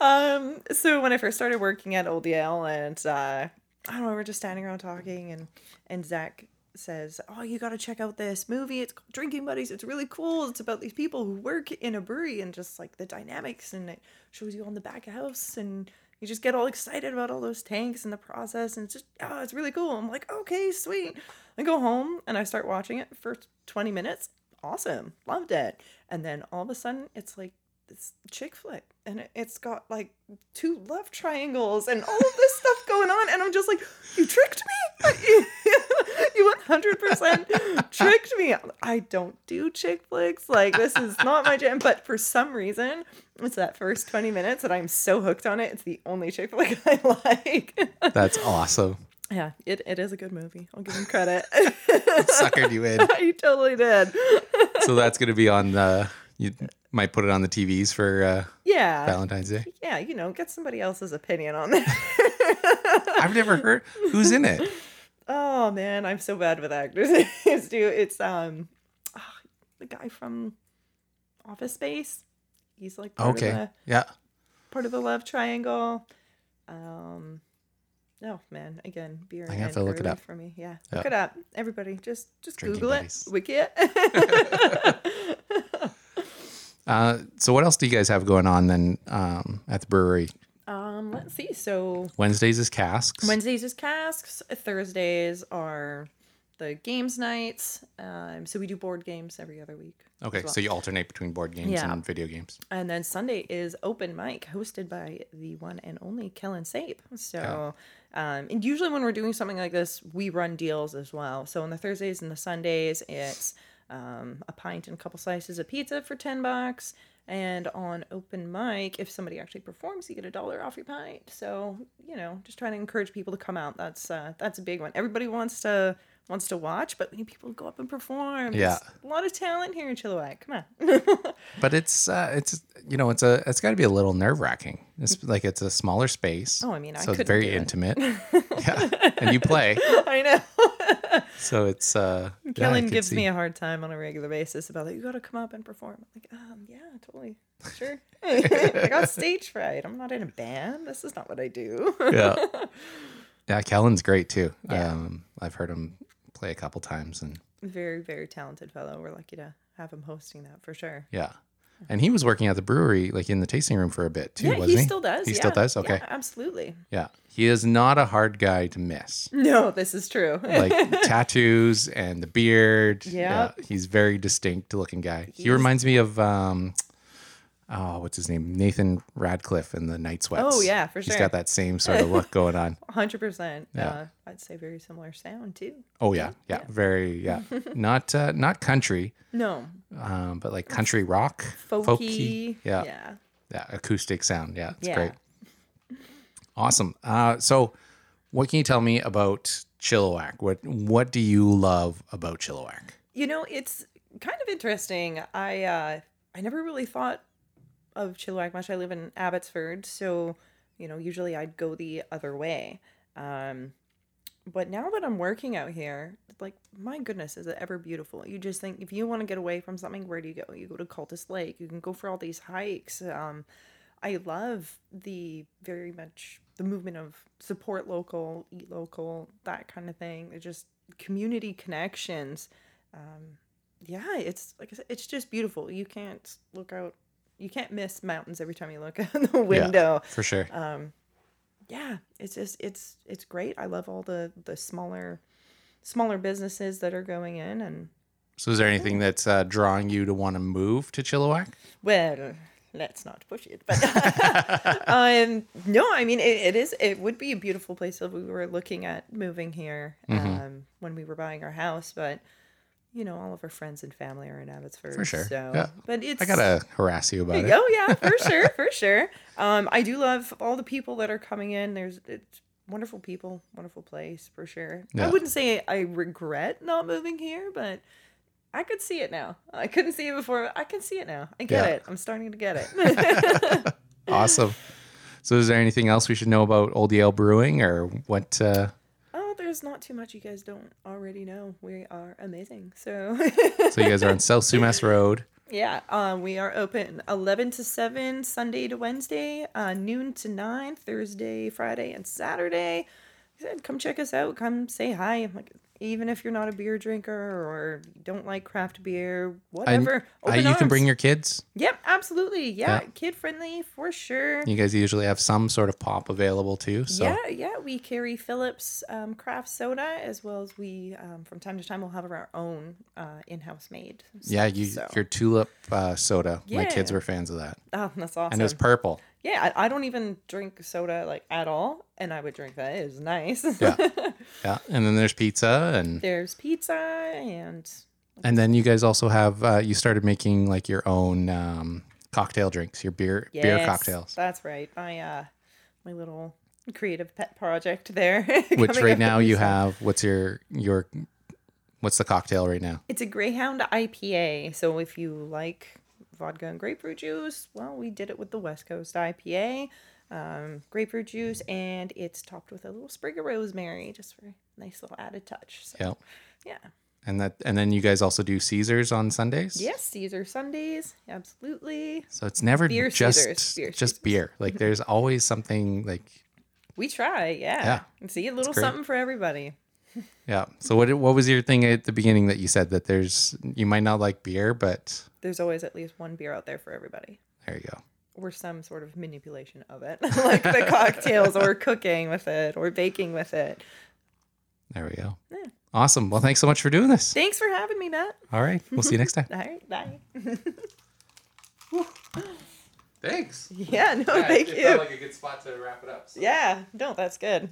S2: um, so when I first started working at Old Yale, and uh, I don't know, we're just standing around talking, and and Zach says, "Oh, you got to check out this movie. It's called Drinking Buddies. It's really cool. It's about these people who work in a brewery and just like the dynamics, and it shows you on the back house and." You just get all excited about all those tanks and the process, and it's just, oh, it's really cool. I'm like, okay, sweet. I go home and I start watching it for 20 minutes. Awesome. Loved it. And then all of a sudden, it's like this chick flick and it, it's got like two love triangles and all of this stuff going on and i'm just like you tricked me you, [LAUGHS] you 100% tricked me i don't do chick flicks like this is not my jam but for some reason it's that first 20 minutes that i'm so hooked on it it's the only chick flick [LAUGHS] i like
S1: That's awesome.
S2: yeah it, it is a good movie i'll give him credit [LAUGHS]
S1: [LAUGHS] Suckered you in.
S2: you totally did [LAUGHS]
S1: So that's going to be on the, you might put it on the TVs for uh,
S2: yeah
S1: Valentine's Day.
S2: yeah you know get somebody else's opinion on that
S1: I've never heard who's in it.
S2: Oh man, I'm so bad with actors [LAUGHS] names too. It's um ah, the guy from Office Space. He's like part of
S1: Okay.
S2: the
S1: Yeah.
S2: part of the love triangle. Um Oh man, again, beer
S1: I
S2: and
S1: have to look it
S2: early
S1: up.
S2: for me. Yeah.
S1: Yeah.
S2: Look it up. Everybody just just
S1: Drinking
S2: Google
S1: buddies.
S2: it.
S1: [LAUGHS]
S2: Wicket.
S1: Uh, so what else do you guys have going on then um, at the brewery?
S2: [LAUGHS] um, let's see. So
S1: Wednesdays is casks.
S2: Wednesdays is casks. Thursdays are the games nights. Um, so we do board games every other week.
S1: okay,
S2: as well.
S1: so you alternate between board games
S2: Yeah.
S1: and video games.
S2: And then Sunday is open mic hosted by the one and only Kellen Sape. So, um, and usually when we're doing something like this, we run deals as well. So on the Thursdays and the Sundays, it's um, a pint and a couple slices of pizza for 10 bucks. And on open mic, if somebody actually performs, you get a dollar off your pint. So, you know, just trying to encourage people to come out. That's uh, that's a big one. Everybody wants to wants to watch, but we need people to go up and perform.
S1: Yeah.
S2: There's a lot of talent here in Chilliwack. Come on. [LAUGHS]
S1: But it's uh, it's you know it's a it's got to be a little nerve wracking. It's like it's a smaller space.
S2: Mm-hmm. Oh, I mean, I
S1: so it's
S2: couldn't
S1: very
S2: do it. [LAUGHS]
S1: intimate. yeah, and you play,
S2: I know.
S1: so it's. uh yeah, I
S2: Kellen
S1: could
S2: gives
S1: see.
S2: me a hard time on a regular basis about like you got to come up and perform. I'm like, um, yeah, totally,
S1: [LAUGHS]
S2: sure. [LAUGHS] I got stage fright. I'm not in a band. This is not what I do. [LAUGHS]
S1: yeah. [LAUGHS] Yeah, Kellen's great too.
S2: Yeah.
S1: Um, I've heard him play a couple times, and
S2: very, very talented fellow. We're lucky to have him hosting that for sure.
S1: yeah, and he was working at the brewery, like in the tasting room for a bit too,
S2: yeah,
S1: wasn't
S2: he,
S1: he?
S2: still does.
S1: He
S2: yeah.
S1: still does. Okay,
S2: Yeah, absolutely.
S1: yeah, he is not a hard guy to miss.
S2: No, this is true. [LAUGHS]
S1: Like tattoos and the beard.
S2: Yep.
S1: he's very distinct looking guy. He
S2: He's-
S1: reminds me of um, oh, what's his name? Nathan Radcliffe in the Night Sweats.
S2: Oh, yeah, for
S1: He's
S2: sure.
S1: got that same sort of look going on.
S2: 100%.
S1: Yeah.
S2: Uh, I'd say very similar sound too.
S1: Oh
S2: [LAUGHS]
S1: yeah, yeah, very yeah. Not uh, not country.
S2: No,
S1: um, but like country rock,
S2: folky.
S1: yeah, yeah,
S2: Yeah.
S1: acoustic sound, yeah, it's
S2: Yeah.
S1: great, awesome. Uh, so, what can you tell me about Chilliwack? What what do you love about Chilliwack?
S2: You know, it's kind of interesting. I uh, I never really thought of Chilliwack much. I live in Abbotsford, so you know, usually I'd go the other way. Um, but now that I'm working out here, like my goodness, is it ever beautiful? You just think if you want to get away from something, where do you go? You go to Cultus Lake. You can go for all these hikes. Um, I love the very much the movement of support local, eat local, that kind of thing. They're just community connections. Um, yeah, it's like I said, it's just beautiful. You can't look out, you can't miss mountains every time you look [LAUGHS] out the window.
S1: For sure,
S2: Um, yeah, it's just it's it's great. I love all the the smaller smaller businesses that are going in and
S1: so is there anything that's uh, drawing you to want to move to Chilliwack? [LAUGHS]
S2: Well, let's not push it. But [LAUGHS] um, no, I mean it, it is. It would be a beautiful place if we were looking at moving here
S1: Mm-hmm.
S2: um, when we were buying our house. But you know, all of our friends and family are in Abbotsford.
S1: For sure.
S2: So,
S1: Yeah.
S2: but it's
S1: I gotta harass you about it.
S2: Oh yeah, for sure, for sure. Um, I do love all the people that are coming in. There's it's wonderful people, wonderful place for sure.
S1: Yeah.
S2: I wouldn't say I regret not moving here, but I could see it now. I couldn't see it before. but I can see it now. I get
S1: Yeah.
S2: it. I'm starting to get it. [LAUGHS]
S1: Awesome. So is there anything else we should know about Old Yale Brewing or what? Uh,
S2: oh, there's not too much you guys don't already know. We are amazing. So [LAUGHS]
S1: so you guys are on South Sumas Road.
S2: Yeah, um, we are open 11 to 7, Sunday to Wednesday, uh, noon to 9, Thursday, Friday, and Saturday. Like I said, come check us out. Come say hi. I'm like, even if you're not a beer drinker or you don't like craft beer,
S1: I-
S2: whatever.
S1: I,
S2: open
S1: Uh, you can
S2: arms.
S1: bring your kids.
S2: Yep, absolutely. Yeah,
S1: Yeah.
S2: kid friendly for sure.
S1: You guys usually have some sort of pop available too. So
S2: Yeah, yeah. We carry Phillips um, craft soda as well as we, um, from time to time, we'll have our own uh, in-house made.
S1: Yeah,
S2: stuff,
S1: you,
S2: so-
S1: your tulip uh, soda. My kids
S2: Yeah.
S1: were fans of that,
S2: Oh, that's awesome.
S1: and it was purple.
S2: yeah, I, I don't even drink soda like at all, and I would drink that. It is nice.
S1: Yeah. Yeah, and then there's pizza, and
S2: [LAUGHS] There's pizza and
S1: and then you guys also have uh, you started making like your own um, cocktail drinks, your beer beer
S2: Yes,
S1: cocktails,
S2: That's right. My uh, my little creative pet project there.
S1: which
S2: [LAUGHS] [LAUGHS] coming
S1: right
S2: up
S1: now
S2: with
S1: you
S2: some-
S1: have. What's your your what's the cocktail right now?
S2: It's a Greyhound IPA. So if you like vodka and grapefruit juice, well, we did it with the West Coast IPA, um, grapefruit juice, and it's topped with a little sprig of rosemary, just for a nice little added touch. So
S1: Yeah,
S2: yeah,
S1: and that and then you guys also do Caesars on Sundays.
S2: yes, these are Sundays, absolutely.
S1: So it's never
S2: Beer
S1: just
S2: Caesars, beer
S1: just beer. Like
S2: [LAUGHS]
S1: there's always something like
S2: We try, yeah.
S1: Yeah.
S2: And See a little
S1: great.
S2: something for everybody.
S1: yeah. So what what was your thing at the beginning that you said that there's you might not like beer, but
S2: There's always at least one beer out there for everybody.
S1: there you go.
S2: or some sort of manipulation of it, [LAUGHS] like
S1: [LAUGHS]
S2: the cocktails or cooking with it or baking with it.
S1: There we go.
S2: Yeah.
S1: Awesome. Well, thanks so much for doing this.
S2: Thanks for having me, Matt.
S1: All right. We'll see you next time.
S2: All right, bye.
S1: Thanks.
S2: Yeah, no, thank you.
S1: a good spot to wrap it up.
S2: yeah, no, that's good.